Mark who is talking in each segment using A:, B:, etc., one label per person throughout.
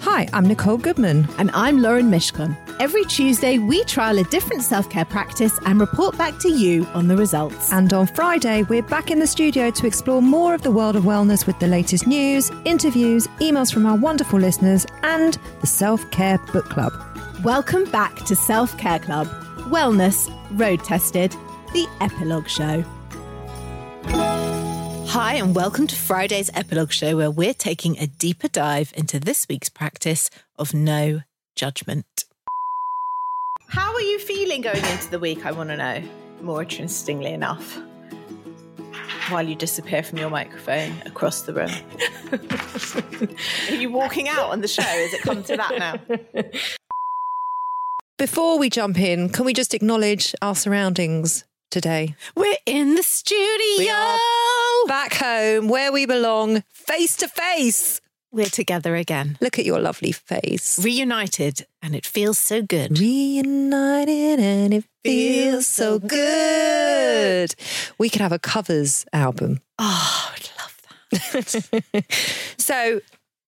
A: Hi, I'm Nicole Goodman.
B: And I'm Lauren Mishkon. Every Tuesday, we trial a different self care practice and report back to you on the results.
A: And on Friday, we're back in the studio to explore more of the world of wellness with the latest news, interviews, emails from our wonderful listeners, and the Self Care Book Club.
B: Welcome back to Self Care Club Wellness Road Tested, the Epilogue Show.
C: Hi, and welcome to Friday's Epilogue Show, where we're taking a deeper dive into this week's practice of no judgment.
B: How are you feeling going into the week? I want to know, more interestingly enough,
D: while you disappear from your microphone across the room. are you walking out on the show? Has it come to that now?
A: Before we jump in, can we just acknowledge our surroundings today?
C: We're in the studio,
A: back home where we belong, face to face.
C: we're together again,
A: Look at your lovely face.
C: reunited, and it feels so good.
A: Reunited and it
C: Feels
A: feels
C: so
A: so good. We could have a covers album.
C: Oh, I'd love that.
A: So,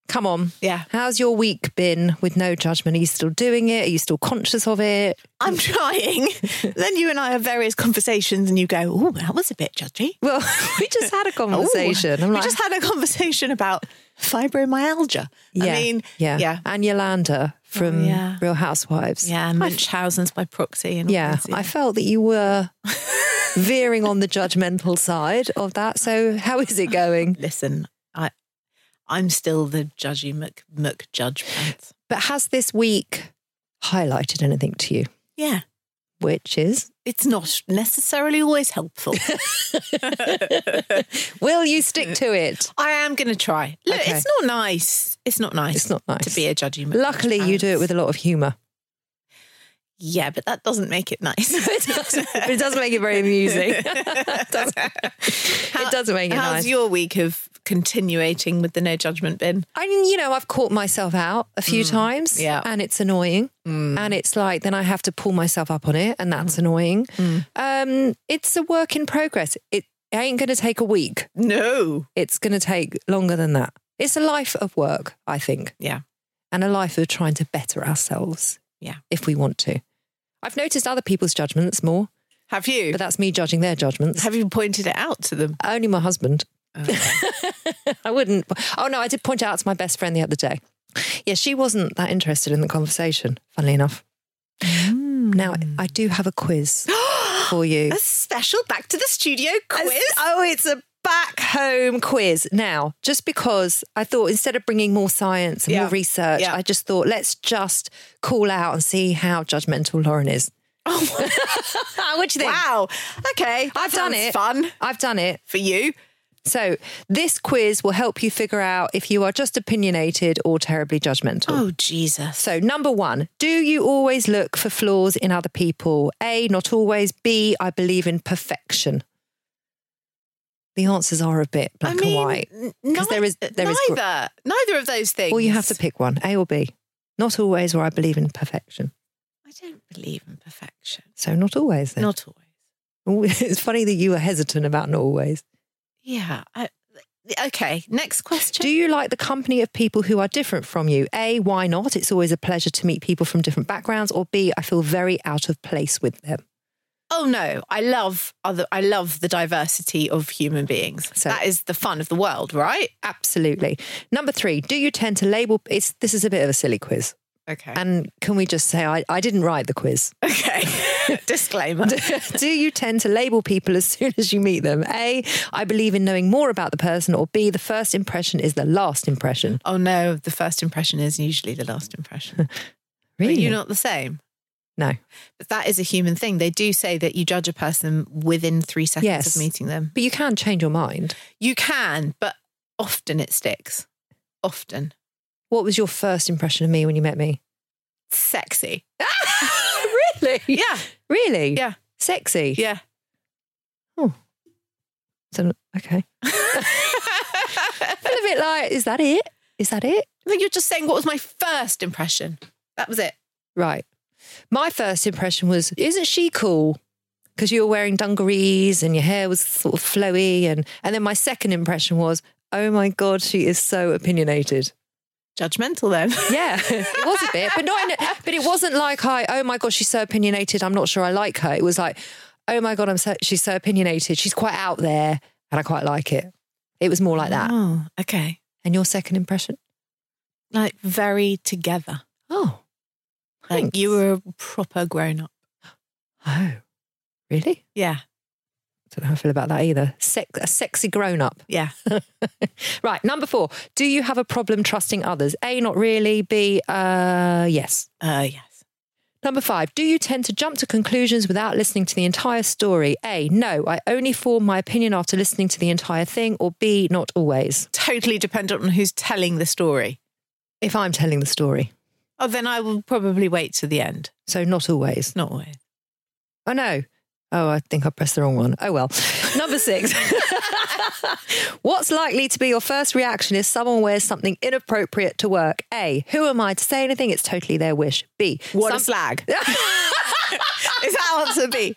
A: come on.
C: Yeah.
A: How's your week been with no judgment? Are you still doing it? Are you still conscious of it?
C: I'm trying. then you and I have various conversations, and you go, "Oh, that was a bit judgy."
A: Well, we just had a
C: Ooh,
A: conversation. I'm
C: we
A: like,
C: just had a conversation about fibromyalgia. I mean,
A: yeah.
C: yeah, Oh,
A: And Yolanda from
C: yeah.
A: Real Housewives.
C: yeah, Munchausen's by proxy, and all
A: Yeah,
C: this,
A: I felt that you were veering on the judgmental side of that. So, how is it going?
C: listen, I, I'm still the judgy muck muck judge pants.
A: But has this week highlighted anything to you?
C: Yeah,
A: Which is,
C: it's not necessarily always helpful.
A: will you stick to it?
C: I am going to try. Look,
A: Okay.
C: it's not nice. It's not nice.
A: It's not nice.
C: to be a judgy. muck judge
A: Luckily, you do it
C: pants.
A: with a lot of humour.
C: Yeah, but that doesn't make it nice.
A: it doesn't, but it doesn't make it very amusing. it, doesn't, it doesn't make it
C: How's
A: nice.
C: your week of continuating with the no judgment bin?
A: I mean, you know, I've caught myself out a few times
C: yeah.
A: and it's annoying. And it's like, then I have to pull myself up on it and that's annoying. Um, it's a work in progress. It ain't going to take a week.
C: No.
A: It's going to take longer than that. It's a life of work, I think,
C: Yeah.
A: and a life of trying to better ourselves
C: Yeah.
A: if we want to. I've noticed other people's judgments more,
C: Have you?
A: but that's me judging their judgments.
C: Have you pointed it out to them?
A: Only my husband. I wouldn't. Oh no, I did point it out to my best friend the other day. Yeah, she wasn't that interested in the conversation. Funnily enough, now I do have a quiz for you.
C: Hmm. A special back to the studio quiz.
A: Oh, it's a back home quiz. Now, just because I thought instead of bringing more science and
C: Yeah.
A: more research,
C: Yeah.
A: I just thought let's just call out and see how judgmental Lauren is. Oh, what do you think?
C: wow. Okay. that
A: I've done
C: sounds
A: it.
C: Fun
A: I've done it.
C: for you.
A: So, this quiz will help you figure out if you are just opinionated or terribly judgmental.
C: Oh Jesus.
A: So, number one, do you always look for flaws in other people? A, not always. B, I believe in perfection. The answers are a bit black
C: I mean,
A: and white.
C: n-
A: Because there is, there is. gr-
C: neither neither of those things.
A: Well, you have to pick one, A or B. Not always, or I believe in perfection.
C: I don't believe in perfection.
A: So, not always then.
C: Not always.
A: Ooh, it's funny that you were hesitant about not always.
C: Yeah. I, okay. Next question.
A: Do you like the company of people who are different from you? A, why not? It's always a pleasure to meet people from different backgrounds. Or B, I feel very out of place with them.
C: Oh no, I love other I love the diversity of human beings.
A: So-
C: that is the fun of the world, right?
A: Absolutely. Number three, do you tend to label? It's, this is a bit of a silly quiz.
C: Okay.
A: And can we just say, I, I didn't write the quiz.
C: okay. Disclaimer.
A: do you tend to label people as soon as you meet them? A, I believe in knowing more about the person. Or B, the first impression is the last impression.
C: oh no, the first impression is usually the last impression. Are you not the same?
A: No.
C: But that is a human thing. They do say that you judge a person within three seconds
A: Yes.
C: of meeting them.
A: But you can change your mind.
C: You can, but often it sticks. Often.
A: What was your first impression of me when you met me?
C: Sexy.
A: really?
C: Yeah.
A: Really?
C: Yeah.
A: Sexy.
C: Yeah.
A: So, okay. I feel a bit like, is that it? Is that it?
C: Like you're just saying what was my first impression? That was it.
A: Right. My first impression was, isn't she cool? Because you were wearing dungarees and your hair was sort of flowy. And, and then my second impression was, oh my God, she is so opinionated.
C: judgmental then.
A: Yeah, it was a bit, but not. In a, but it wasn't like I. Oh my god, she's so opinionated. I'm not sure I like her. It was like, oh my god, I'm so she's so opinionated. She's quite out there, and I quite like it. It was more like that.
C: Oh, okay.
A: And your second impression?
C: Like very together.
A: Oh,
C: Like you
A: Thanks.
C: were a proper grown up.
A: oh, really?
C: Yeah.
A: Don't know how I feel about that either. Sex, a sexy grown up.
C: Yeah.
A: Right, number four. Do you have a problem trusting others? A, not really. B, uh, yes.
C: Uh, yes.
A: Number five. Do you tend to jump to conclusions without listening to the entire story? A, no. I only form my opinion after listening to the entire thing. Or B, not always.
C: Totally dependent on who's telling the story.
A: If I'm telling the story.
C: Oh, then I will probably wait to the end.
A: So, not always.
C: Not always.
A: Oh no. Oh, I think I pressed the wrong one. Oh well. Number six. What's likely to be your first reaction if someone wears something inappropriate to work? A. Who am I to say anything? It's totally their wish. B.
C: What a
A: some-
C: slag. Is that answer B?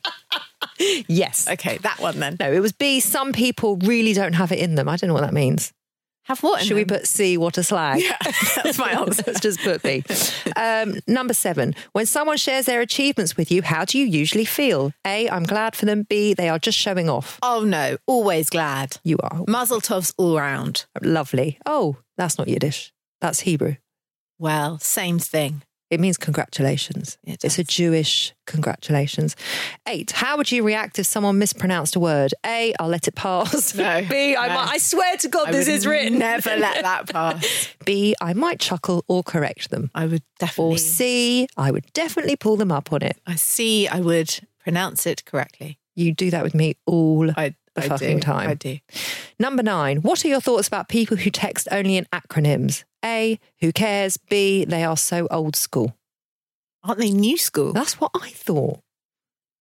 A: yes.
C: Okay, that one then.
A: No, it was B. Some people really don't have it in them. I don't know what that means.
C: Have what? in
A: Should we
C: them?
A: put C? What a slag.
C: That's my answer.
A: Let's just put B. Um, number seven. When someone shares their achievements with you, how do you usually feel? A. I'm glad for them. B. They are just showing off.
C: Oh no, always glad.
A: You are.
C: Mazel tovs all round.
A: Lovely. Oh, that's not Yiddish. That's Hebrew.
C: Well, same thing.
A: It means congratulations.
C: It
A: it's a Jewish congratulations. Eight. How would you react if someone mispronounced a word? A. I'll let it pass.
C: No,
A: B. I
C: no.
A: might. I swear to God,
C: I
A: this
C: would
A: is written.
C: Never let that pass.
A: B. I might chuckle or correct them.
C: I would
A: Or
C: definitely.
A: C. I would definitely pull them up on it.
C: I see. I would pronounce it correctly.
A: You do that with me all
C: I,
A: the
C: I
A: fucking
C: do.
A: time.
C: I do.
A: Number nine. What are your thoughts about people who text only in acronyms? A. Who cares? B. They are so old school.
C: Aren't they new school?
A: That's what I thought.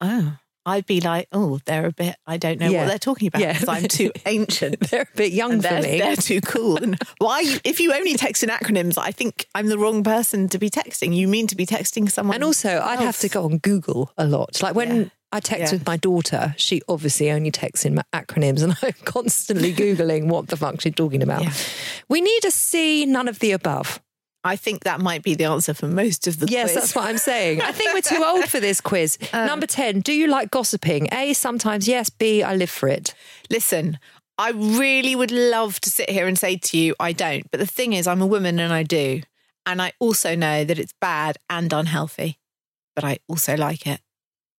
C: Oh, I'd be like, oh, they're a bit. I don't know
A: Yeah.
C: what they're talking about
A: Yeah.
C: because I'm too ancient.
A: They're a bit young
C: And
A: for
C: they're,
A: me.
C: they're too cool. And why? You, if you only text in acronyms, I think I'm the wrong person to be texting. You mean to be texting someone?
A: And also, I'd have to
C: else.
A: go on Google a lot. Like when
C: Yeah.
A: I text
C: Yeah.
A: with my daughter, she obviously only texts in ma- acronyms, and I'm constantly Googling what the fuck she's talking about.
C: Yeah.
A: We need a C, none of the above.
C: I think that might be the answer for most of the
A: Yes,
C: quiz.
A: that's what I'm saying. Um, I think we're too old for this quiz. Number 10, do you like gossiping? A, sometimes yes. B, I live for it.
C: Listen, I really would love to sit here and say to you, I don't. But the thing is, I'm a woman and I do. And I also know that it's bad and unhealthy, but I also like it.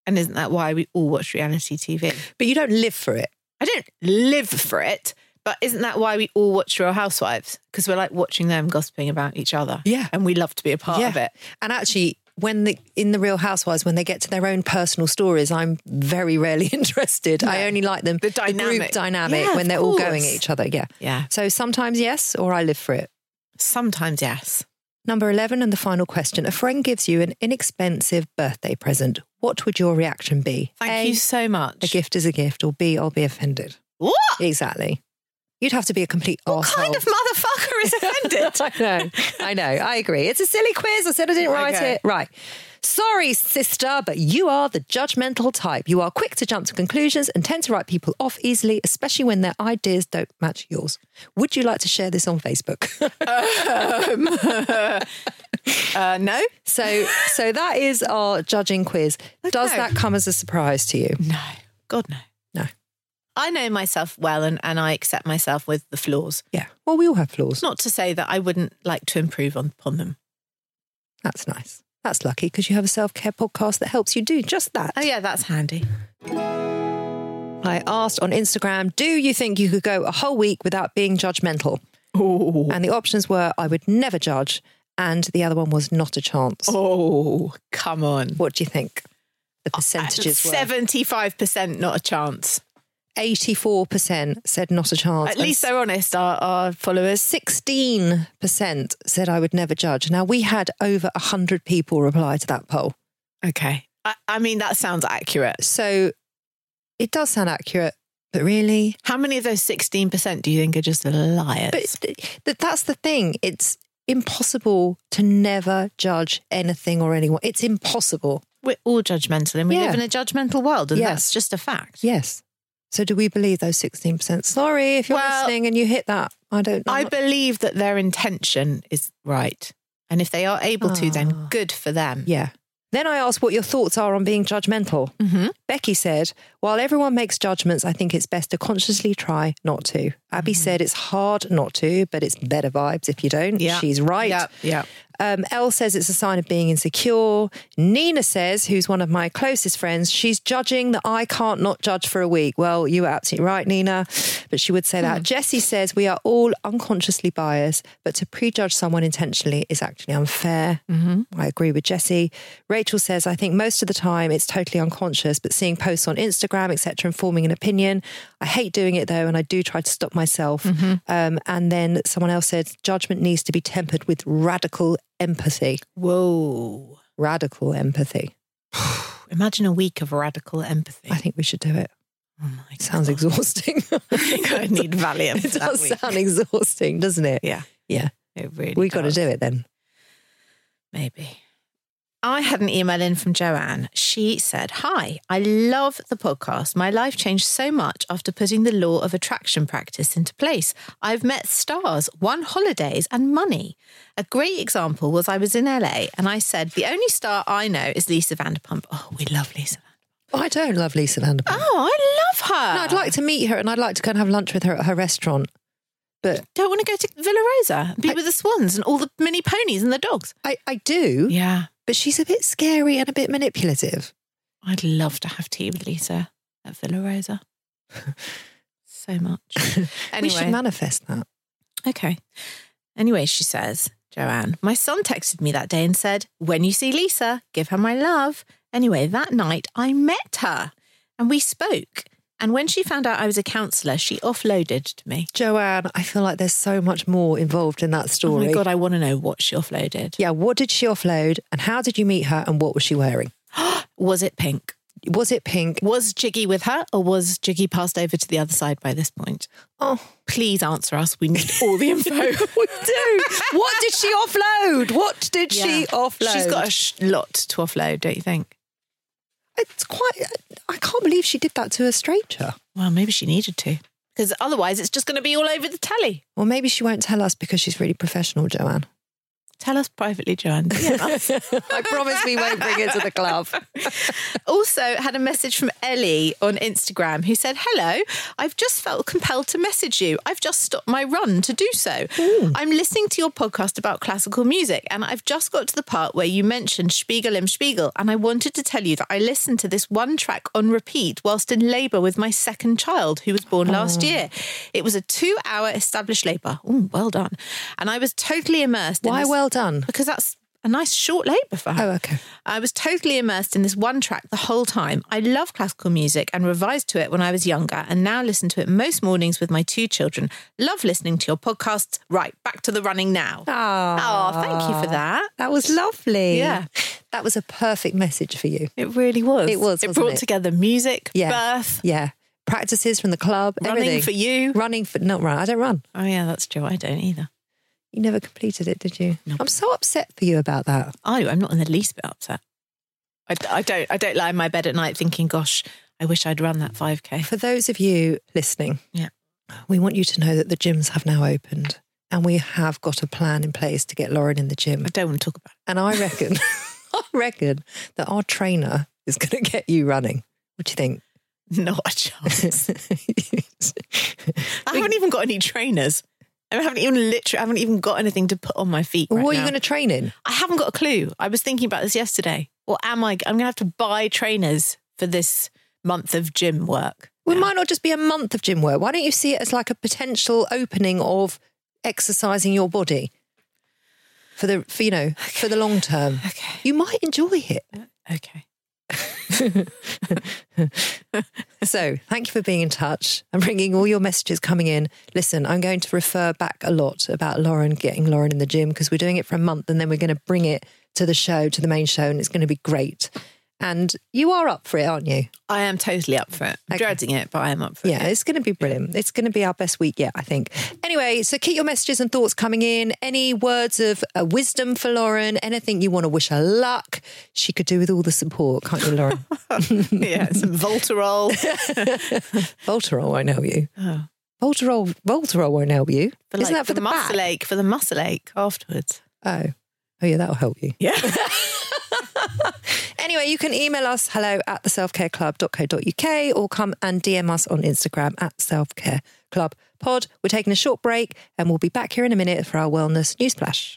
C: And isn't that why we all watch reality TV?
A: But you don't live for it.
C: I don't live for it, but isn't that why we all watch Real Housewives? Because we're like watching them gossiping about each other.
A: Yeah.
C: And we love to be a part of it.
A: And actually, when the in the Real Housewives, when they get to their own personal stories, I'm very rarely interested. I only like them
C: The
A: group
C: dynamic.
A: dynamic
C: Yeah,
A: when
C: of
A: they're all going at
C: course.
A: each other. Yeah.
C: Yeah.
A: So sometimes yes, or I live for it.
C: Sometimes, yes.
A: Number eleven and the final question: A friend gives you an inexpensive birthday present. What would your reaction be?
C: Thank
A: a,
C: you so much.
A: A gift is a gift, or B, I'll be offended.
C: What?
A: Exactly. You'd have to be a complete
C: What kind of motherfucker is offended?
A: I know. I know. I agree. It's a silly quiz. I said I didn't write
C: Okay.
A: it. Right. Sorry, sister, but you are the judgmental type. You are quick to jump to conclusions and tend to write people off easily, especially when their ideas don't match yours. Would you like to share this on Facebook?
C: Uh, no.
A: so, so that is our judging quiz. Does
C: Okay.
A: that come as a surprise to you?
C: No. God, no.
A: No.
C: I know myself well and, and I accept myself with the flaws.
A: Yeah. Well, we all have flaws.
C: It's not to say that I wouldn't like to improve on, upon them.
A: That's nice. That's lucky because you have a self care podcast that helps you do just that.
C: Oh, yeah, that's handy.
A: I asked on Instagram, do you think you could go a whole week without being judgmental?
C: Oh.
A: And the options were, I would never judge. And the other one was not a chance.
C: Oh, come on.
A: What do you think? The percentages were
C: 75% not a chance.
A: 84% said not a chance.
C: At
A: and
C: least they're honest, our, our followers.
A: 16% said I would never judge. Now, we had over 100 people reply to that poll.
C: Okay. I, I mean, that sounds accurate.
A: So it does sound accurate, but really?
C: How many of those 16% do you think are just liars?
A: But th- th- that's the thing. It's impossible to never judge anything or anyone. It's impossible.
C: We're all judgmental and we
A: Yeah.
C: live in a judgmental world, and
A: Yes.
C: that's just a fact.
A: Yes. So do we believe those 16%? Sorry if you're
C: Well-
A: listening and you hit that. I don't know.
C: I believe that their intention is right. And if they are able to,
A: Ah.
C: then good for them.
A: yeah. Then I asked what your thoughts are on being judgmental.
C: Mm-hmm.
A: Becky said, While everyone makes judgments, I think it's best to consciously try not to. Abby
C: Mm-hmm.
A: said it's hard not to, but it's better vibes if you don't.
C: Yeah.
A: She's right.
C: Yeah. Yeah.
A: Um, Elle says it's a sign of being insecure. Nina says, who's one of my closest friends, she's judging that I can't not judge for a week. Well, you were absolutely right, Nina, but she would say that. Jessie says we are all unconsciously biased, but to prejudge someone intentionally is actually unfair.
C: Mm-hmm.
A: I agree with Jessie. Rachel says I think most of the time it's totally unconscious, but seeing posts on Instagram, etc., and forming an opinion. I hate doing it though, and I do try to stop myself.
C: Mm-hmm.
A: Um, and then someone else said judgment needs to be tempered with radical empathy.
C: Whoa.
A: Radical empathy.
C: Imagine a week of radical empathy.
A: I think we should do it.
C: Oh my
A: It sounds exhausting.
C: I think I need Valium.
A: it
C: that
A: does
C: week.
A: sound exhausting, doesn't it?
C: Yeah.
A: Yeah.
C: It really
A: We got to
C: does.
A: do it then.
C: Maybe. I had an email in from Joanne. She said, Hi, I love the podcast. My life changed so much after putting the law of attraction practice into place. I've met stars, won holidays, and money. A great example was I was in LA and I said, The only star I know is Lisa Vanderpump. Oh, we love Lisa.
A: Oh, I don't love Lisa Vanderpump.
C: Oh, I love her.
A: No, I'd like to meet her and I'd like to go and have lunch with her at her restaurant. But
C: Don't want to go to Villa Rosa and be with the swans and all the mini ponies and the dogs.
A: I, I do,
C: Yeah.
A: but she's a bit scary and a bit manipulative.
C: I'd love to have tea with Lisa at Villa Rosa. so much.
A: We should
C: Anyway,
A: manifest that.
C: okay. Anyway, she says, Joanne, my son texted me that day and said, When you see Lisa, give her my love. Anyway, that night I met her and we spoke. And when she found out I was a counsellor, she offloaded to me.
A: Joanne, I feel like there's so much more involved in that
C: Oh
A: story.
C: my God, I want to know what she offloaded.
A: Yeah, what did she offload and how did you meet her and what was she wearing?
C: Was it pink?
A: Was it pink?
C: Was Jiggy with her or was Jiggy passed over to the other side by this point?
A: Oh,
C: Please answer us. We need all the info.
A: we do. what did she offload? What did she offload?
C: She's got a sh- lot to offload, don't you think?
A: It's quite. I can't believe she did that to a stranger.
C: Well, maybe she needed to. Because otherwise, it's just going to be all over the telly.
A: Well, maybe she won't tell us because she's really professional, Joanne.
C: Tell us privately, Joanne.
A: I promise we won't bring it to the club.
C: also, had a message from Ellie on Instagram who said, Hello, I've just felt compelled to message you. I've just stopped my run to do so. I'm listening to your podcast about classical music, and I've just got to the part where you mentioned Spiegel im Spiegel. And I wanted to tell you that I listened to this one track on repeat whilst in labour with my second child, who was born last year. It was a two hour established labour. Ooh, well done. And I was totally immersed. in
A: Why?
C: this-
A: Well done.
C: Because that's a nice short labour for her.
A: Oh, okay.
C: I was totally immersed in this one track the whole time. I love classical music and revised to it when I was younger and now listen to it most mornings with my two children. Love listening to your podcasts. Right, back to the running now.
A: Ah,
C: Oh, thank you for that.
A: That was lovely.
C: Yeah.
A: that was a perfect message for you.
C: It really was.
A: It was,
C: It
A: wasn't
C: brought
A: it?
C: together music,
A: Yeah.
C: birth,
A: Yeah, practices from the club.
C: running
A: everything.
C: for you.
A: Running for not run. I don't run.
C: Oh, yeah, that's true. I don't either.
A: You never completed it, did you? I'm so upset for you about that.
C: I, I'm not in the least bit upset. I, I don't. I don't lie in my bed at night thinking, "Gosh, I wish I'd run that 5k."
A: For those of you listening,
C: Yeah.
A: we want you to know that the gyms have now opened and we have got a plan in place to get Lauren in the gym.
C: I don't want to talk about it.
A: And I reckon, I reckon that our trainer is going to get you running. What do you think?
C: Not a chance. I haven't even got any trainers. I haven't even literally. I haven't even got anything to put on my feet.
A: what
C: right
A: are you
C: now.
A: going to train in?
C: I haven't got a clue. I was thinking about this yesterday. Or am I? I'm going to have to buy trainers for this month of gym work.
A: Well, it might not just be a month of gym work. Why don't you see it as like a potential opening of exercising your body for the for you know for the long term?
C: Okay.
A: You might enjoy it.
C: Okay.
A: So, thank you for being in touch and bringing all your messages coming in. Listen, I'm going to refer back a lot about Lauren getting Lauren in the gym because we're doing it for a month and then we're going to bring it to the show, to the main show, and it's going to be great. And you are up for it, aren't you?
C: I am totally up for it. I'm
A: Okay.
C: dreading it, but I am up for
A: Yeah,
C: it.
A: it's going to be brilliant. It's going to be our best week yet, I think. Anyway, so keep your messages and thoughts coming in. Any words of uh, wisdom for Lauren? Anything you want to wish her luck? She could do with all the support, can't you, Lauren?
C: yeah, some Voltarol.
A: Voltarol won't help you.
C: Oh.
A: Voltarol, Voltarol won't help you.
C: For,
A: Isn't
C: like,
A: that for the, back?
C: muscle ache? For the muscle ache afterwards.
A: Oh, oh yeah, that'll help you.
C: Yeah.
A: Anyway, you can email us hello at the selfcareclub.co.uk or come and DM us on Instagram at selfcareclubpod. We're taking a short break and we'll be back here in a minute for our wellness newsflash.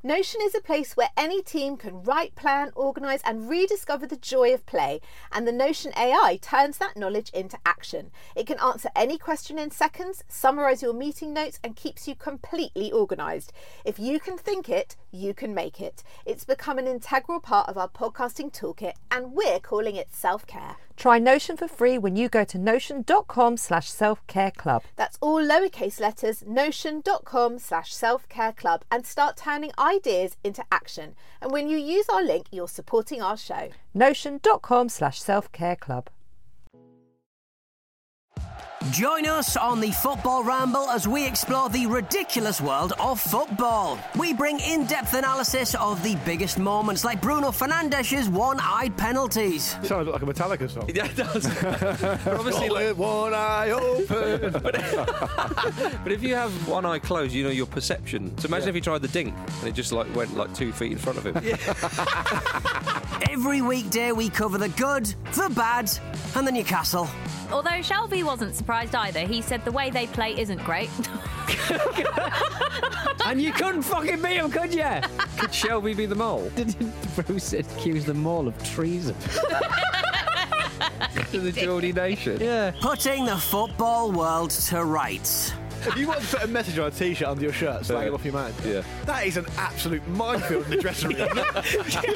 B: Notion is a place where any team can write, plan, organise, and rediscover the joy of play. And the Notion AI turns that knowledge into action. It can answer any question in seconds, summarise your meeting notes, and keeps you completely organised. If you can think it, you can make it. It's become an integral part of our podcasting toolkit, and we're calling it self care.
A: Try Notion for free when you go to notion.com slash self care club.
B: That's all lowercase letters, notion.com slash self-care club and start turning ideas into action. And when you use our link, you're supporting our show.
A: Notion.com slash self care club.
E: Join us on the Football Ramble as we explore the ridiculous world of football. We bring in depth analysis of the biggest moments, like Bruno Fernandes's one eyed penalties.
F: Sounds like a Metallica song.
G: Yeah, it does. but obviously,
F: Got
G: like,
F: it, one eye open.
G: but if you have one eye closed, you know your perception. So imagine if he tried the dink and it just like went like two feet in front of him.
E: Every weekday, we cover the good, the bad, and the Newcastle.
H: Although Shelby wasn't surprised either, he said the way they play isn't great.
I: And you couldn't fucking beat him, could you?
G: Could Shelby be the mole?
I: Bruce accused them all of treason.
G: to the Geordie Nation.
I: Yeah.
E: Putting the football world to rights.
F: if you want to put a message on a t-shirt under your shirt, slag it off your man.
G: Yeah.
F: That is an absolute minefield in the dressing room.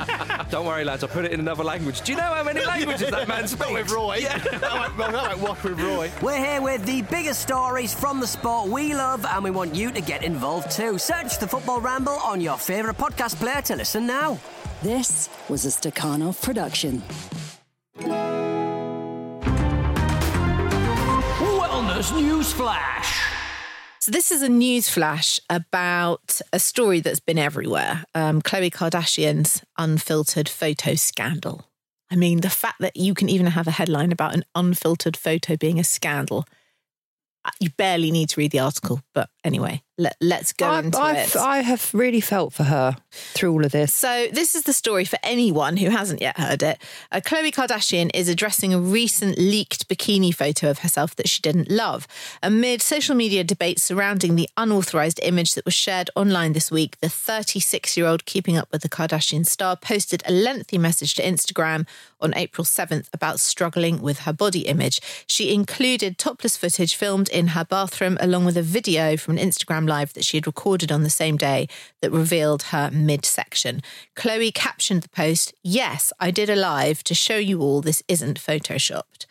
G: Ah, Don't worry, lads. I put it in another language. Do you know how many languages that
F: Not
G: man
F: with
G: speaks?
F: Roy. that won't, well, that won't work with Roy.
E: We're here with the biggest stories from the sport we love, and we want you to get involved too. Search the Football Ramble on your favourite podcast player to listen now.
J: This was a Stakhanov production.
E: Wellness News Flash.
C: So this is a news flash about a story that's been everywhere. Um, Khloe Kardashian's unfiltered photo scandal. I mean, the fact that you can even have a headline about an unfiltered photo being a scandal uh, you barely need to read the article. But anyway, let, let's go
A: I've,
C: into
A: I've,
C: it.
A: I have really felt for her through all of this.
C: So, this is the story for anyone who hasn't yet heard it. Chloe Kardashian is addressing a recent leaked bikini photo of herself that she didn't love. Amid social media debates surrounding the unauthorized image that was shared online this week, the 36 year old Keeping Up with the Kardashian star posted a lengthy message to Instagram on April 7th about struggling with her body image. She included topless footage filmed in her bathroom, along with a video from an Instagram live that she had recorded on the same day that revealed her midsection. Chloe captioned the post, Yes, I did a live to show you all this isn't photoshopped.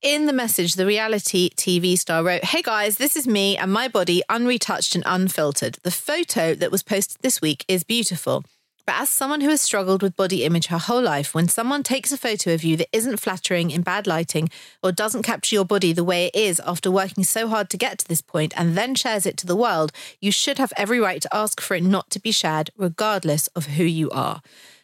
C: In the message, the reality TV star wrote, Hey guys, this is me and my body, unretouched and unfiltered. The photo that was posted this week is beautiful. But as someone who has struggled with body image her whole life, when someone takes a photo of you that isn't flattering in bad lighting or doesn't capture your body the way it is after working so hard to get to this point and then shares it to the world, you should have every right to ask for it not to be shared, regardless of who you are.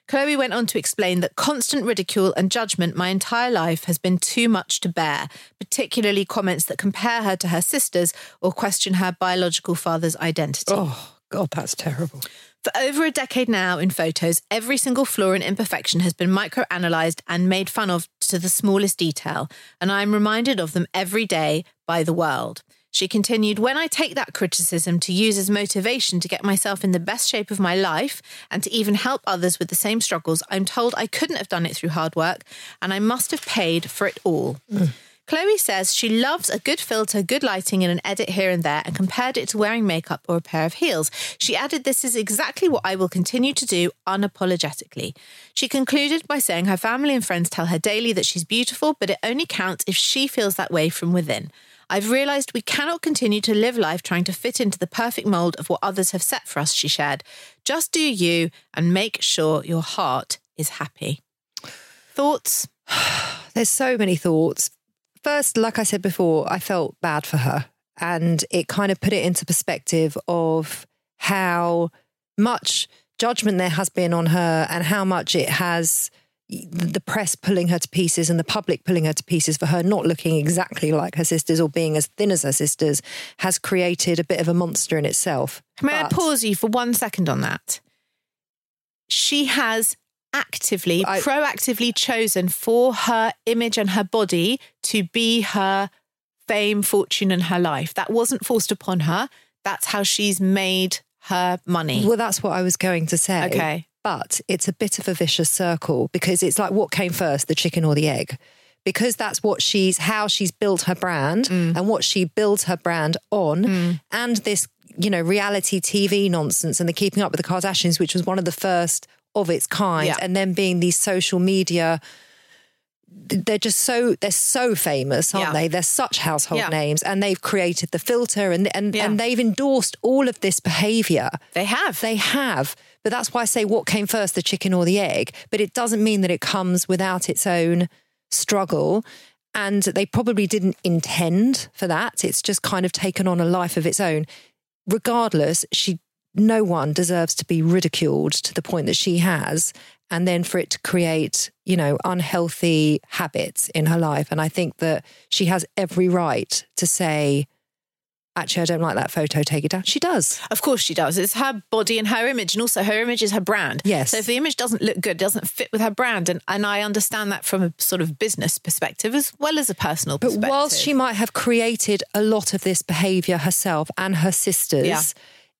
C: Chloe went on to explain that constant ridicule and judgment my entire life has been too much to bear, particularly comments that compare her to her sisters or question her biological father's identity.
A: Oh, God, that's terrible.
C: For over a decade now, in photos, every single flaw and imperfection has been microanalyzed and made fun of to the smallest detail, and I am reminded of them every day by the world. She continued, When I take that criticism to use as motivation to get myself in the best shape of my life and to even help others with the same struggles, I'm told I couldn't have done it through hard work and I must have paid for it all. Chloe says she loves a good filter, good lighting, and an edit here and there, and compared it to wearing makeup or a pair of heels. She added, This is exactly what I will continue to do unapologetically. She concluded by saying her family and friends tell her daily that she's beautiful, but it only counts if she feels that way from within. I've realised we cannot continue to live life trying to fit into the perfect mould of what others have set for us, she shared. Just do you and make sure your heart is happy. Thoughts?
A: There's so many thoughts. First, like I said before, I felt bad for her. And it kind of put it into perspective of how much judgment there has been on her and how much it has the press pulling her to pieces and the public pulling her to pieces for her not looking exactly like her sisters or being as thin as her sisters has created a bit of a monster in itself.
C: May I
A: But-
C: pause you for one second on that? She has actively,
A: I-
C: proactively chosen for her image and her body to be her fame, fortune, and her life. That wasn't forced upon her. That's how she's made her money.
A: Well, that's what I was going to say.
C: Okay.
A: But it's a bit of a vicious circle because it's like what came first, the chicken or the egg? Because that's what she's how she's built her brand
C: Mm.
A: and what she builds her brand on and this, you know, reality TV nonsense and the keeping up with the Kardashians, which was one of the first of its kind,
C: Yeah.
A: and then being these social media they're just so they're so famous, aren't
C: Yeah.
A: they? They're such household
C: Yeah.
A: names, and they've created the filter, and and,
C: Yeah.
A: and they've endorsed all of this behaviour.
C: they have.
A: They have. But that's why I say what came first, the chicken or the egg. But it doesn't mean that it comes without its own struggle. And they probably didn't intend for that. It's just kind of taken on a life of its own. Regardless, she no one deserves to be ridiculed to the point that she has and then for it to create, you know, unhealthy habits in her life. And I think that she has every right to say, actually I don't like that photo, take it down. She does.
C: Of course she does. It's her body and her image, and also her image is her brand.
A: Yes.
C: So if the image doesn't look good, doesn't fit with her brand, and, and I understand that from a sort of business perspective as well as a personal
A: But
C: perspective.
A: whilst she might have created a lot of this behaviour herself and her sisters,
C: Yeah.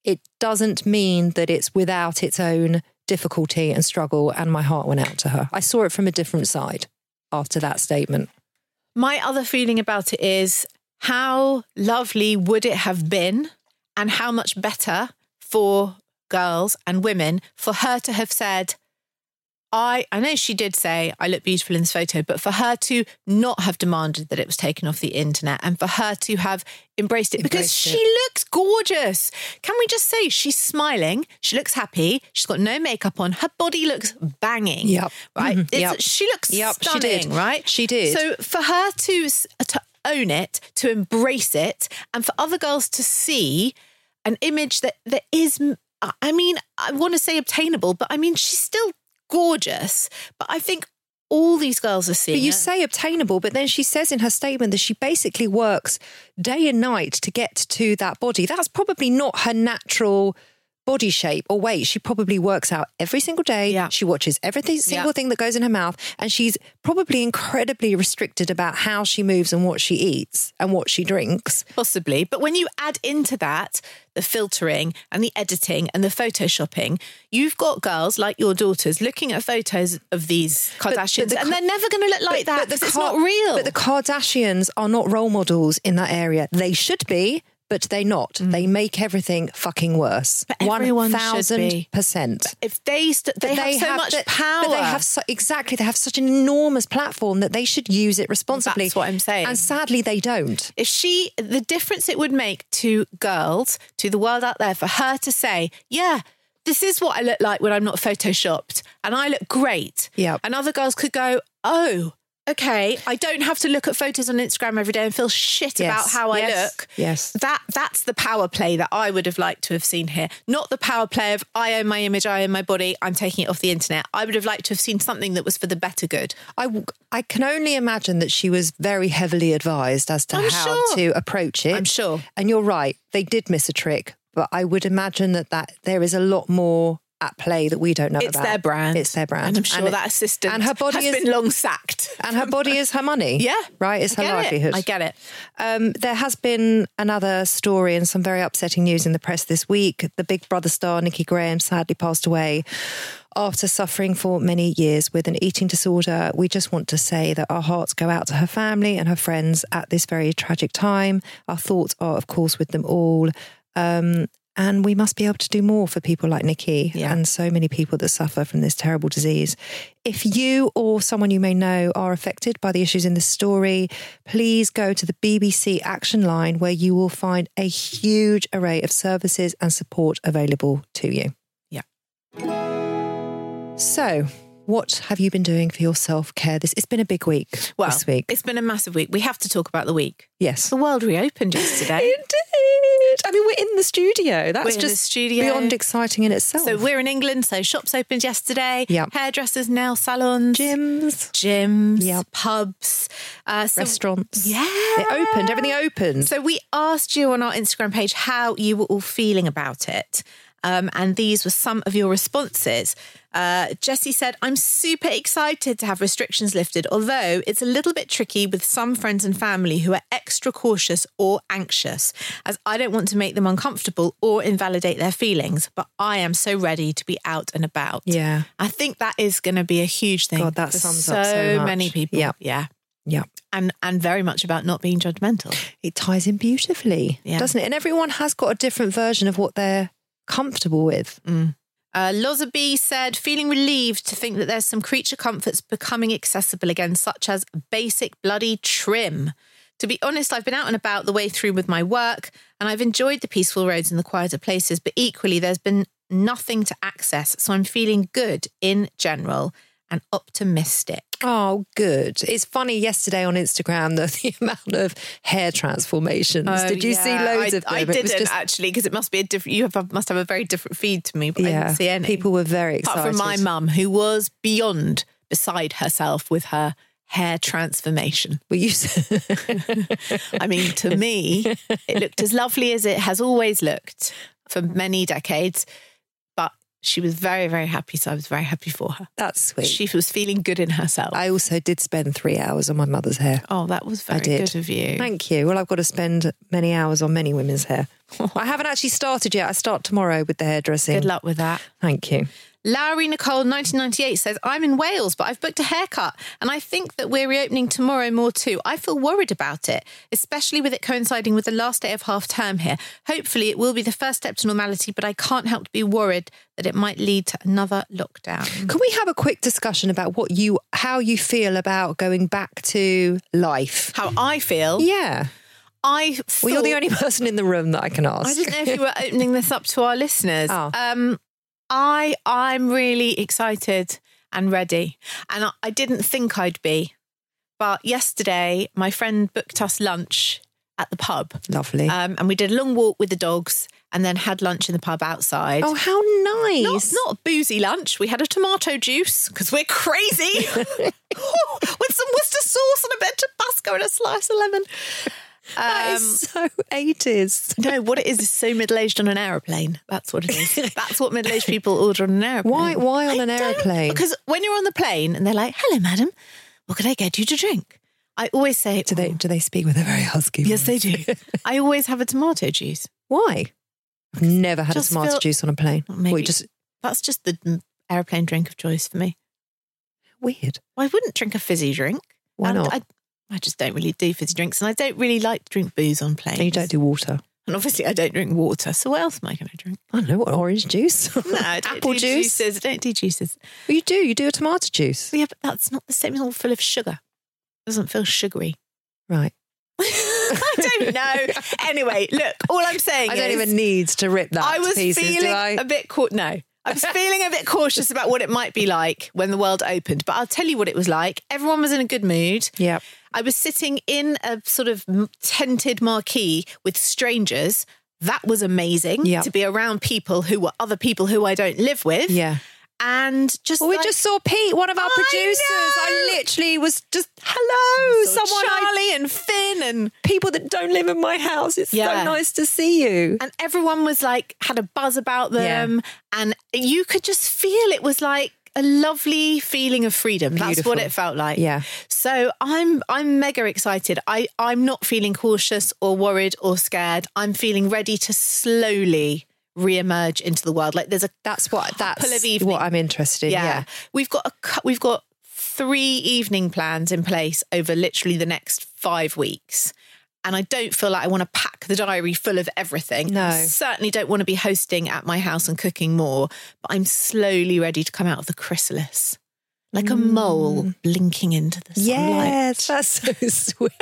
A: it doesn't mean that it's without its own difficulty and struggle. And my heart went out to her. I saw it from a different side after that statement.
C: My other feeling about it is how lovely would it have been and how much better for girls and women for her to have said I I know she did say I look beautiful in this photo but for her to not have demanded that it was taken off the internet and for her to have embraced it because
A: Embraced
C: she looks gorgeous. Can we just say she's smiling, she looks happy, she's got no makeup on, her body looks banging.
A: Yep.
C: Right?
A: Mhm.
C: It's-
A: Yep.
C: She looks
A: Yep, she
C: stunning,
A: did.
C: right?
A: She did.
C: So for her to s- to own it, to embrace it, and for other girls to see an image that that is, m- I mean, I want to say obtainable, but I mean she's still gorgeous. But I think all these girls are seeing.
A: But you
C: it.
A: say obtainable, but then she says in her statement that she basically works day and night to get to that body. That's probably not her natural body shape or weight. She probably works out every single day.
C: Yeah.
A: She watches every thi- single thing that goes in her mouth. And she's probably incredibly restricted about how she moves and what she eats and what she drinks.
C: Possibly. But when you add into that the filtering and the editing and the photoshopping, you've got girls like your daughters looking at photos of these
A: but
C: Kardashians
A: the
C: and
A: Ka-
C: they're never going to look like that because it's
A: Ka-
C: not real.
A: But the Kardashians are not role models in that area. They should be, but they not. They make everything fucking worse.
C: Mm. But everyone should be.
A: percent.
C: if they, st- they, have so much power.
A: But they have so, exactly. They have such an enormous platform that they should use it responsibly.
C: That's what I'm saying.
A: And sadly, they don't.
C: if she the difference it would make to girls to the world out there for her to say yeah this is what i look like when i'm not photoshopped and i look great
A: Yep.
C: and other girls could go oh okay i don't have to look at photos on instagram every day and feel shit
A: Yes.
C: about how i
A: Yes.
C: look
A: Yes.
C: that that's the power play that i would have liked to have seen here not the power play of i own my image i own my body i'm taking it off the internet i would have liked to have seen something that was for the better good
A: I, w- I can only imagine that she was very heavily advised as to
C: I'm
A: how
C: sure.
A: to approach it.
C: I'm sure.
A: And you're right, they did miss a trick, but I would imagine that, that there is a lot more at play that we don't know
C: it's
A: about.
C: their brand
A: It's their brand.
C: and i'm sure
A: it-
C: that assistant
A: and her body
C: has
A: is
C: been long sacked
A: and her body is her money.
C: Yeah.
A: Right? It's
C: I
A: her
C: get it.
A: livelihood.
C: I get it.
A: Um, there has been another story and some very upsetting news in the press this week. The Big Brother star Nikki Graham sadly passed away after suffering for many years with an eating disorder. We just want to say that our hearts go out to her family and her friends at this very tragic time. Our thoughts are, of course, with them all. Um, and we must be able to do more for people like Nikki
C: Yeah.
A: and so many people that suffer from this terrible disease. If you or someone you may know are affected by the issues in this story, please go to the BBC Action Line where you will find a huge array of services and support available to you.
C: Yeah.
A: So, what have you been doing for your self care? This it's been a big week
C: Well,
A: this week.
C: it's been a massive week. We have to talk about the week.
A: Yes.
C: The world reopened yesterday.
A: It did. I mean, we're in the studio. That's
C: We're in the
A: just
C: studio.
A: beyond exciting in itself.
C: so we're in England, so shops opened yesterday.
A: Yeah.
C: Hairdressers, nail salons,
A: gyms,
C: gyms,
A: Yeah.
C: pubs, uh, so-
A: restaurants.
C: Yeah.
A: It opened. Everything opened.
C: So we asked you on our Instagram page how you were all feeling about it. Um, and these were some of your responses. Uh, Jesse said, I'm super excited to have restrictions lifted, although it's a little bit tricky with some friends and family who are extra cautious or anxious, as I don't want to make them uncomfortable or invalidate their feelings. But I am so ready to be out and about.
A: Yeah.
C: I think that is going to be a huge thing.
A: God, that
C: for
A: sums
C: so
A: up so much.
C: many people.
A: Yeah.
C: Yeah.
A: yeah.
C: And, and very much about not being judgmental.
A: It ties in beautifully,
C: Yeah.
A: doesn't it? And everyone has got a different version of what they're comfortable with.
C: Uh, Loza B said, feeling relieved to think that there's some creature comforts becoming accessible again, such as basic bloody trim. To be honest, I've been out and about the way through with my work, and I've enjoyed the peaceful roads and the quieter places, but equally, there's been nothing to access. So I'm feeling good in general and optimistic.
A: Oh, good. It's funny yesterday on Instagram the, the amount of hair transformations. Did you see loads
C: Oh, I,
A: of them?
C: I
A: It was
C: didn't actually, because it must be a different. You have, must have a very different feed to me, but I
A: yeah,
C: didn't see any.
A: people were very
C: apart
A: excited.
C: from my mum, who was beyond beside herself with her hair transformation.
A: Were you s-
C: I mean, to me, it looked as lovely as it has always looked for many decades. But she was very, very happy. So I was very happy for her.
A: That's sweet.
C: She was feeling good in herself.
A: I also did spend three hours on my mother's hair.
C: oh, that was
A: I
C: very
A: did.
C: good of you.
A: Thank you. Well, I've got to spend many hours on many women's hair. I haven't actually started yet. I start tomorrow with the hairdressing.
C: Good luck with that.
A: Thank you.
C: Lowry Nicole 1998 says, I'm in Wales, but I've booked a haircut and I think that we're reopening tomorrow more too. I feel worried about it, especially with it coinciding with the last day of half term here. Hopefully, it will be the first step to normality, but I can't help to be worried that it might lead to another lockdown.
A: Can we have a quick discussion about what you, how you feel about going back to life?
C: How I feel.
A: Yeah.
C: I
A: Well, you're the
C: thought-
A: only person in the room that I can ask.
C: I didn't know if you were opening this up to our listeners.
A: Oh.
C: Um, I I'm really excited and ready, and I, I didn't think I'd be, but yesterday my friend booked us lunch at the pub.
A: Lovely.
C: Um, and we did a long walk with the dogs and then had lunch in the pub outside.
A: Oh, how
C: Not,
A: nice.
C: not a boozy lunch. We had a tomato juice because we're crazy with some Worcester sauce and a bit of Tabasco and a slice of lemon.
A: That
C: Um,
A: is so 80s.
C: no, what it is is so middle aged on an aeroplane. That's what it is. That's what middle aged people order on an aeroplane.
A: Why, why on an aeroplane?
C: Because when you're on the plane and they're like, hello, madam, what could I get you to drink? I always say,
A: do they do they speak with a very husky
C: yes,
A: voice?
C: they do. I always have a tomato juice.
A: Why? I've never had a
C: Just
A: tomato
C: feel-
A: juice on a plane.
C: Well, maybe-
A: Well, you just
C: That's just the mm, aeroplane drink of choice for me.
A: weird.
C: Well, I wouldn't drink a fizzy drink.
A: Why
C: And
A: not?
C: I, I just don't really do fizzy drinks, and I don't really like to drink booze on planes.
A: And you don't do water.
C: and obviously I don't drink water. So what else am I going to drink?
A: I don't know what orange juice.
C: No, I don't
A: apple
C: do
A: juice.
C: Juices. I don't do juices.
A: Well, you do. You do a tomato juice,
C: Yeah, but that's not the same. It's all full of sugar. It doesn't feel sugary.
A: right?
C: I don't know. anyway, look, all I'm saying
A: I don't
C: is
A: even need to rip that.
C: I
A: to
C: was
A: pieces,
C: feeling
A: do I?
C: a bit caught. No, I was feeling a bit cautious about what it might be like when the world opened. But I'll tell you what it was like. Everyone was in a good mood.
A: Yep.
C: I was sitting in a sort of m- tented marquee with strangers. That was amazing
A: Yeah.
C: to be around people who were other people who I don't live with.
A: Yeah.
C: And just
A: Well, we
C: like-
A: just saw Pete, one of our
C: I
A: producers. I
C: know.
A: literally was just hello,
C: saw
A: someone. I-
C: Charlie and Finn and
A: people that don't live in my house. It's
C: Yeah.
A: so nice to see you.
C: and everyone was like had a buzz about them and you could just feel it was like a lovely feeling of freedom that's
A: Beautiful.
C: what it felt like
A: Yeah.
C: so i'm i'm mega excited i i'm not feeling cautious or worried or scared i'm feeling ready to slowly re-emerge into the world like there's a
A: That's what. That's
C: of evening.
A: what I'm interested in. Yeah.
C: yeah. We've got a cou- we've got three evening plans in place over literally the next 5 weeks. And I don't feel like I want to pack the diary full of everything.
A: No.
C: I certainly don't want to be hosting at my house and cooking more, but I'm slowly ready to come out of the chrysalis. Like a mole
A: Mm.
C: blinking into the sunlight.
A: Yes, that's so sweet.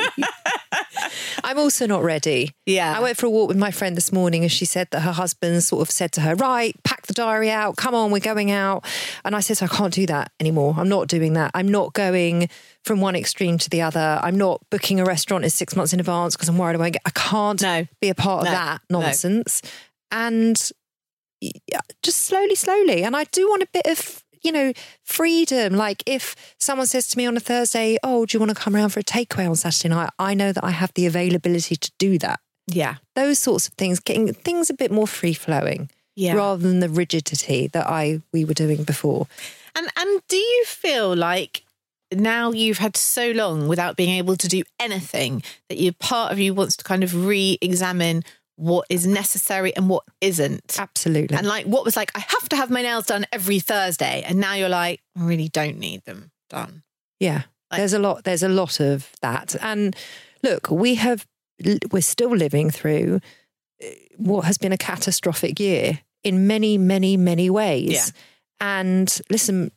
A: I'm also not ready.
C: Yeah.
A: I went for a walk with my friend this morning and she said that her husband sort of said to her, Right, pack the diary out, come on, we're going out. And I said, to her, I can't do that anymore. I'm not doing that. I'm not going from one extreme to the other. I'm not booking a restaurant in six months in advance because I'm worried I won't get I can't
C: No.
A: be a part
C: No.
A: of that
C: No.
A: nonsense. And yeah, just slowly, slowly. And I do want a bit of, you know, freedom. Like if someone says to me on a Thursday, Oh, do you want to come around for a takeaway on Saturday night? I know that I have the availability to do that.
C: Yeah.
A: Those sorts of things, getting things a bit more free flowing
C: Yeah.
A: rather than the rigidity that I we were doing before.
C: And and do you feel like now you've had so long without being able to do anything that your part of you wants to kind of re-examine what is necessary and what isn't?
A: Absolutely.
C: And like what was like I have to have my nails done every Thursday, and now you're like I really don't need them done.
A: Yeah.
C: Like-
A: there's a lot there's a lot of that. And look, we have we're still living through uh, what has been a catastrophic year in many many many ways.
C: Yeah.
A: And listen,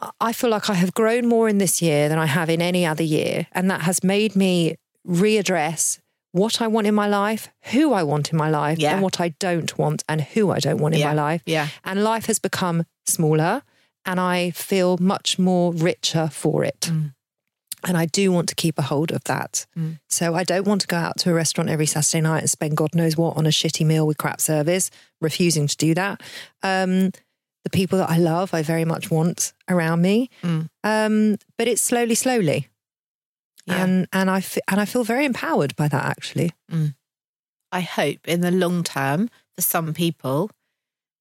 A: I- I feel like I have grown more in this year than I have in any other year, and that has made me readdress what I want in my life, who I want in my life,
C: Yeah.
A: and what I don't want and who I don't want in
C: Yeah.
A: my life
C: Yeah.
A: and life has become smaller and I feel much more richer for it.
C: Mm.
A: And I do want to keep a hold of that. So I don't want to go out to a restaurant every Saturday night and spend God knows what on a shitty meal with crap service, refusing to do that. Um, the people that I love, I very much want around me.
C: Mm.
A: Um, but it's slowly, slowly.
C: Yeah.
A: And, and, I fe- and I feel very empowered by that, actually.
C: I hope in the long term for some people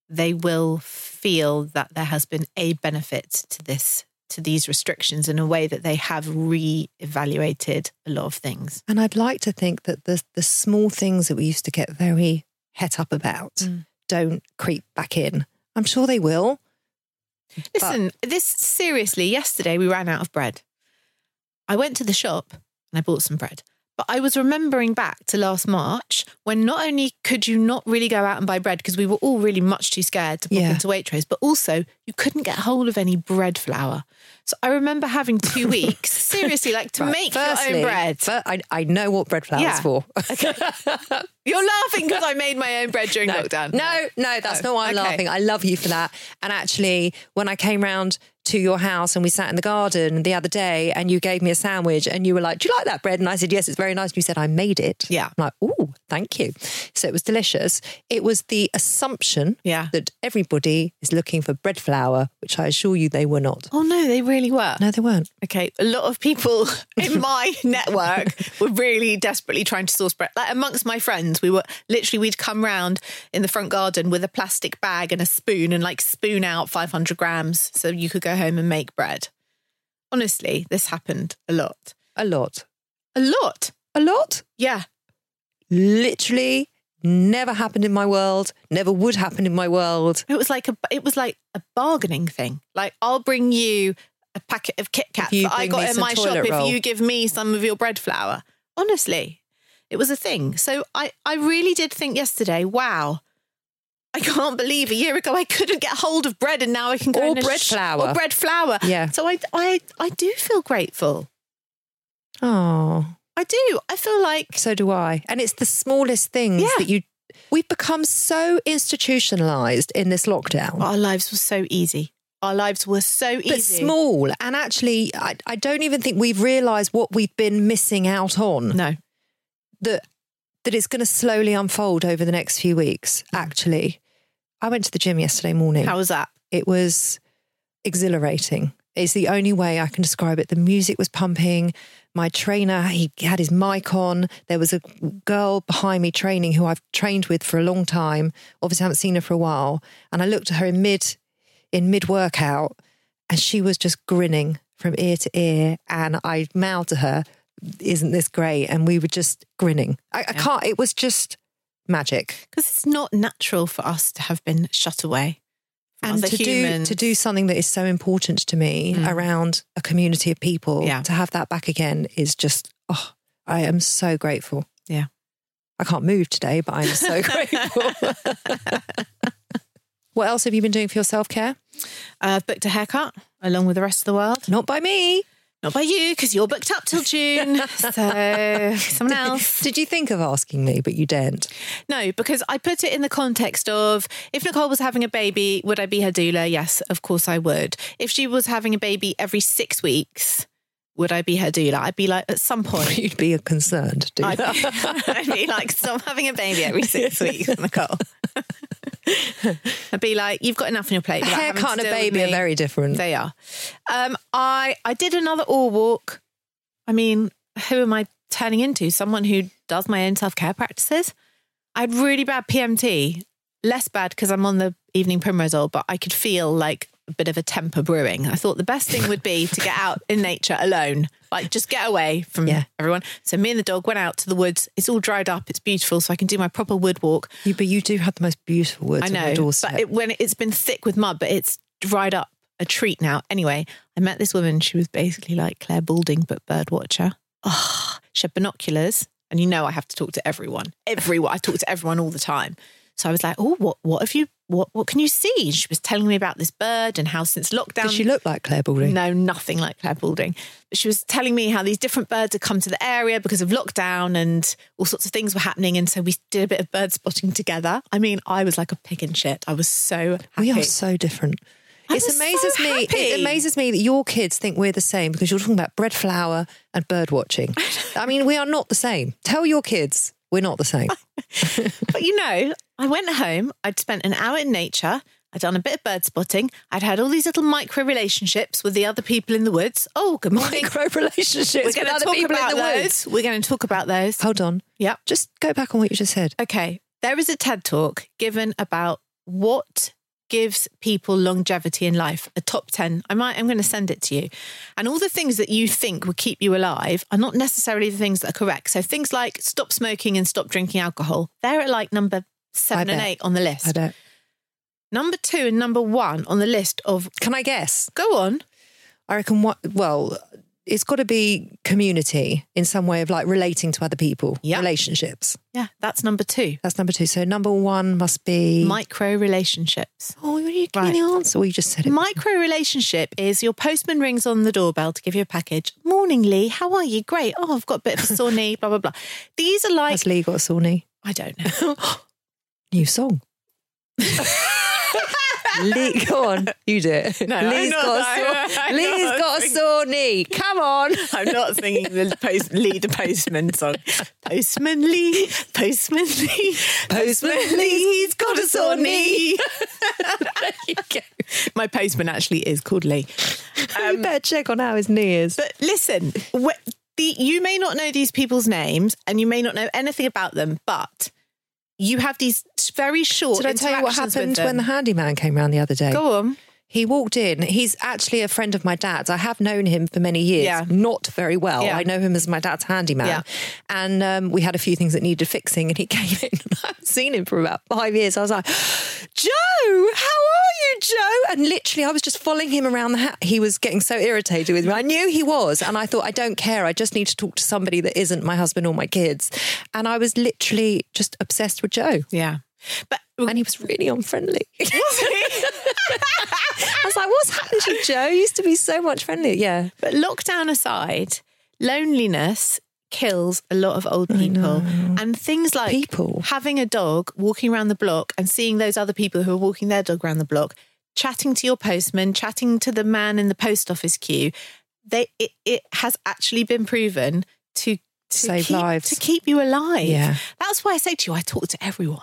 C: they will feel that there has been a benefit to this to these restrictions in a way that they have re-evaluated a lot of things.
A: And I'd like to think that the the small things that we used to get very het up about
C: Mm.
A: don't creep back in. I'm sure they will. But-
C: Listen, this seriously, yesterday we ran out of bread. I went to the shop and I bought some bread. But I was remembering back to last March when not only could you not really go out and buy bread because we were all really much too scared to pop
A: Yeah.
C: into Waitrose, but also you couldn't get hold of any bread flour. So I remember having two weeks, seriously, like to
A: Right,
C: make your
A: firstly,
C: own bread.
A: fir- I, I know what bread flour
C: Yeah.
A: is for.
C: You're laughing because I made my own bread during lockdown.
A: No, no, that's
C: No.
A: not why I'm
C: Okay.
A: laughing. I love you for that. And actually, when I came round to your house and we sat in the garden the other day and you gave me a sandwich and you were like, Do you like that bread? And I said, Yes, it's very nice. And you said, I made it.
C: Yeah.
A: I'm like, Ooh, thank you. So it was delicious. It was the assumption
C: Yeah.
A: that everybody is looking for bread flour, which I assure you they were not.
C: Oh no, they really were.
A: No, they weren't.
C: Okay, a lot of people in my network were really desperately trying to source bread. Like amongst my friends, we were literally we'd come round in the front garden with a plastic bag and a spoon and like spoon out 500 grams so you could go home and make bread. Honestly, this happened a lot.
A: A lot.
C: A lot.
A: A lot?
C: Yeah.
A: Literally never happened in my world, never would happen in my world.
C: It was like a it was like a bargaining thing. Like I'll bring you a packet of Kit Kats
A: you
C: that I
A: bring me
C: got in
A: some
C: my shop
A: toilet roll.
C: if you give me some of your bread flour. Honestly, it was a thing. So I I really did think yesterday, wow. I can't believe a year ago I couldn't get hold of bread and now I can go
A: Or
C: in a
A: bread flour.
C: or bread flour.
A: Yeah.
C: So I I I do feel grateful.
A: Oh.
C: I do. I feel like
A: So do I. And it's the smallest things
C: Yeah.
A: that you. We've become so institutionalized in this lockdown.
C: our lives were so easy. Our lives were so Oh, easy.
A: but small. And actually, I, I don't even think we've realized what we've been missing out on.
C: No.
A: That that it's going to slowly unfold over the next few weeks.
C: Mm.
A: Actually, I went to the gym yesterday morning.
C: How was that?
A: it was exhilarating. It's the only way I can describe it. The music was pumping. My trainer, he had his mic on. There was a girl behind me training who I've trained with for a long time. Obviously, I haven't seen her for a while. And I looked at her in mid in mid workout, and she was just grinning from ear to ear. And I mouthed to her, "Isn't this great?" And we were just grinning. I, I can't. It was just magic.
C: because it's not natural for us to have been shut away from
A: and
C: other
A: to
C: humans. Mm.
A: do to do something that is so important to me around a community of people
C: Yeah.
A: to have that back again is just oh i am so grateful
C: Yeah.
A: i can't move today but i'm so grateful what else have you been doing for your self-care
C: Uh, I've booked a haircut along with the rest of the world.
A: not by me
C: Not by you, because you're booked up till June. so someone else.
A: did you think of asking me but you didn't
C: No, because I put it in the context of if Nicole was having a baby, would I be her doula? Yes, of course I would. If she was having a baby every six weeks, would I be her doula? I'd be like, at some point,
A: you'd be concerned do you?
C: I'd be, I'd be like, stop having a baby every six weeks, Nicole. I'd be like, you've got enough on your plate.
A: a
C: without having
A: haircut and
C: to
A: a
C: deal with
A: baby are
C: me."
A: very different
C: They are. Um, I I did another all walk. I mean, who am I turning into? Someone who does my own self care practices. I had really bad PMT. Less bad because I'm on the evening primrose oil, but I could feel like a bit of a temper brewing. I thought the best thing would be to get out in nature alone, like just get away from
A: Yeah.
C: everyone. So me and the dog went out to the woods. It's all dried up. It's beautiful, so I can do my proper wood walk.
A: You- but you do have the most beautiful words
C: I
A: on
C: know,
A: your doorstep
C: but it, when it's been thick with mud, but it's dried up a treat now. Anyway, I met this woman. She was basically like Claire Balding, but bird watcher. Oh, she had binoculars, and you know I have to talk to everyone. Everyone, I talk to everyone all the time. So I was like, oh, what, what have you, what, what can you see? She was telling me about this bird and how since lockdown,
A: does she look like claire balding
C: no, nothing like Claire Balding. She was telling me how these different birds had come to the area because of lockdown and all sorts of things were happening. And so we did a bit of bird spotting together. I mean, I was like a pig in shit. I was so
A: We
C: happy.
A: are so different.
C: I
A: It
C: was
A: amazes
C: so
A: me. It
C: happy.
A: amazes me that your kids think we're the same because you're talking about bread flour and bird watching. I mean, we are not the same. Tell your kids we're not the same.
C: but you know, I went home, I'd spent an hour in nature, I'd done a bit of bird spotting, I'd had all these little micro relationships with the other people in the woods. Oh, good morning.
A: Micro relationships
C: We're
A: with
C: going to
A: other
C: talk
A: people in
C: about
A: the
C: those.
A: woods.
C: We're going to talk about those.
A: Hold on.
C: Yep.
A: Just go back on what you just said.
C: Okay. There is a TED talk given about what gives people longevity in life, a top 10. I might, I'm going to send it to you. And all the things that you think will keep you alive are not necessarily the things that are correct. So things like stop smoking and stop drinking alcohol, they're at like number seven
A: I
C: and
A: bet.
C: eight on the
A: I
C: list.
A: don't.
C: Number two and number one on the list of,
A: Can I guess?
C: go on.
A: I reckon what, well, it's got to be community in some way of like relating to other people,
C: Yeah.
A: relationships.
C: Yeah, that's number two.
A: That's number two. So number one must be.
C: Micro relationships.
A: oh, are you giving
C: Right.
A: the answer? Well, you just said it.
C: Micro relationship is your postman rings on the doorbell to give you a package. Morning, Lee. How are you? Great. Oh, I've got a bit of a sore knee. Blah blah blah. These are like
A: Has Lee got a sore knee?
C: I don't know.
A: New song. Lee, go on, you do it.
C: No, I'm
A: Lee's
C: not-
A: got a
C: I-
A: sore.
C: I- I know.
A: Lee's got a sore knee. Come on.
C: I'm not singing the post, Lee the Postman song. Postman Lee, Postman Lee,
A: Postman
C: Lee's got a sore knee.
A: you go.
C: My postman actually is called Lee. Um,
A: you better check on how his knee is.
C: But listen, wh- the, you may not know these people's names and you may not know anything about them, but you have these very short.
A: Did I tell you what
C: interactions with
A: happened
C: them.
A: when the handyman came round the other day?
C: Go on.
A: He walked in. He's actually a friend of my dad's. I have known him for many years,
C: Yeah.
A: not very well.
C: Yeah.
A: I know him as my dad's handyman.
C: Yeah.
A: And um, we had a few things that needed fixing, and he came in. And I haven't seen him for about five years. I was like, Joe, how are you, Joe? And literally, I was just following him around the house. He was getting so irritated with me. I knew he was. And I thought, I don't care. I just need to talk to somebody that isn't my husband or my kids. And I was literally just obsessed with Joe.
C: Yeah. But
A: And he was really unfriendly. I was like, what's happened to you, Joe? You used to be so much friendlier. Yeah.
C: But lockdown aside, loneliness kills a lot of old people. And things like
A: People.
C: having a dog, walking around the block and seeing those other people who are walking their dog around the block, chatting to your postman, chatting to the man in the post office queue, they it, it has actually been proven to, to
A: Save
C: keep,
A: lives.
C: To keep you alive.
A: Yeah.
C: That's why I say to you, I talk to everyone.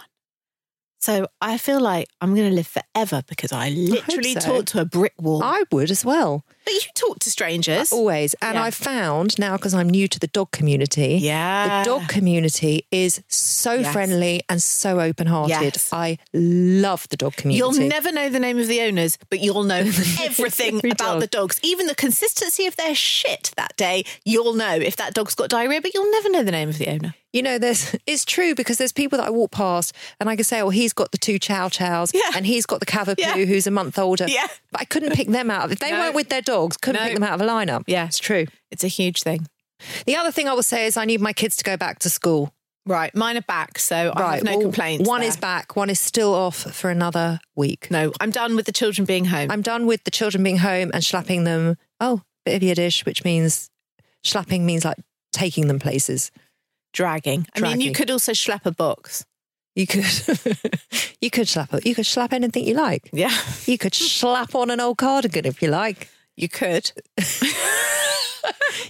C: So I feel like I'm going to live forever because I literally
A: so.
C: talk to a brick wall.
A: I would as well.
C: but you talk to strangers.
A: Always. And
C: Yeah.
A: I've found now, because I'm new to the dog community,
C: Yeah.
A: the dog community is so
C: Yes.
A: friendly and so open hearted.
C: Yes.
A: I love the dog community.
C: You'll never know the name of the owners, but you'll know everything
A: Every
C: about
A: dog.
C: the dogs. Even the consistency of their shit that day, you'll know if that dog's got diarrhea, but you'll never know the name of the owner.
A: You know, there's it's true because there's people that I walk past and I can say, "Oh, he's got the two chow chows,
C: Yeah.
A: and he's got the cavapoo
C: Yeah.
A: who's a month older."
C: Yeah.
A: But I couldn't pick them out. of If they
C: No.
A: weren't with their dogs, couldn't
C: No.
A: pick them out of a lineup.
C: Yeah.
A: it's true.
C: It's a huge thing.
A: The other thing I will say is I need my kids to go back to school.
C: Right. Mine are back, so I have no
A: well,
C: complaints.
A: One
C: there.
A: is back. One is still off for another week.
C: No, I'm done with the children being home.
A: I'm done with the children being home and slapping them. Oh, bit of Yiddish, which means slapping means like taking them places.
C: dragging. I mean, you
A: Dragging.
C: could also schlep a box.
A: You could, you could slap it. You could slap anything you like.
C: Yeah.
A: You could slap on an old cardigan if you like.
C: You could.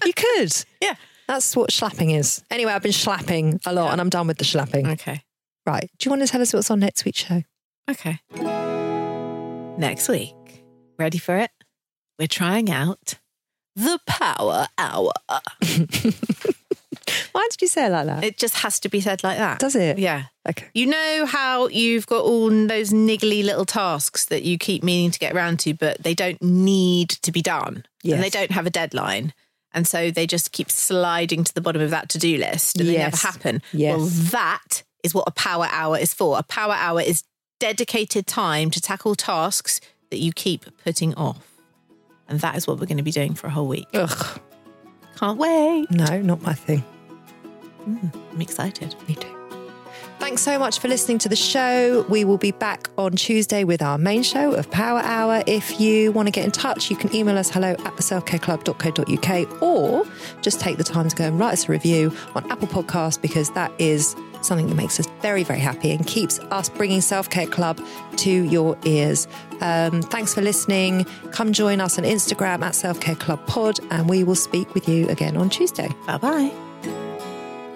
A: You could.
C: Yeah.
A: That's what slapping is. Anyway, I've been slapping a lot and I'm done with the slapping.
C: Okay.
A: Right. Do you want to tell us what's on next week's show?
C: Okay. Next week, ready for it? We're trying out the power hour.
A: Why did you say it like that?
C: It just has to be said like that.
A: Does it?
C: Yeah.
A: Okay.
C: You know how you've got all those niggly little tasks that you keep meaning to get around to, but they don't need to be done.
A: Yes.
C: And they don't have a deadline. And so they just keep sliding to the bottom of that to do list and they never
A: Yes.
C: happen.
A: Yes.
C: Well, that is what a power hour is for. A power hour is dedicated time to tackle tasks that you keep putting off. And that is what we're going to be doing for a whole week.
A: Ugh.
C: Can't wait.
A: No, not my thing.
C: I'm excited.
A: Me too. Thanks so much for listening to the show. We will be back on Tuesday with our main show of Power Hour. If you want to get in touch, you can email us hello at the selfcareclub.co.uk or just take the time to go and write us a review on Apple Podcasts because that is something that makes us very, very happy and keeps us bringing Self Care Club to your ears. Um, thanks for listening. Come join us on Instagram at Self Care Club Pod and we will speak with you again on Tuesday.
C: Bye bye.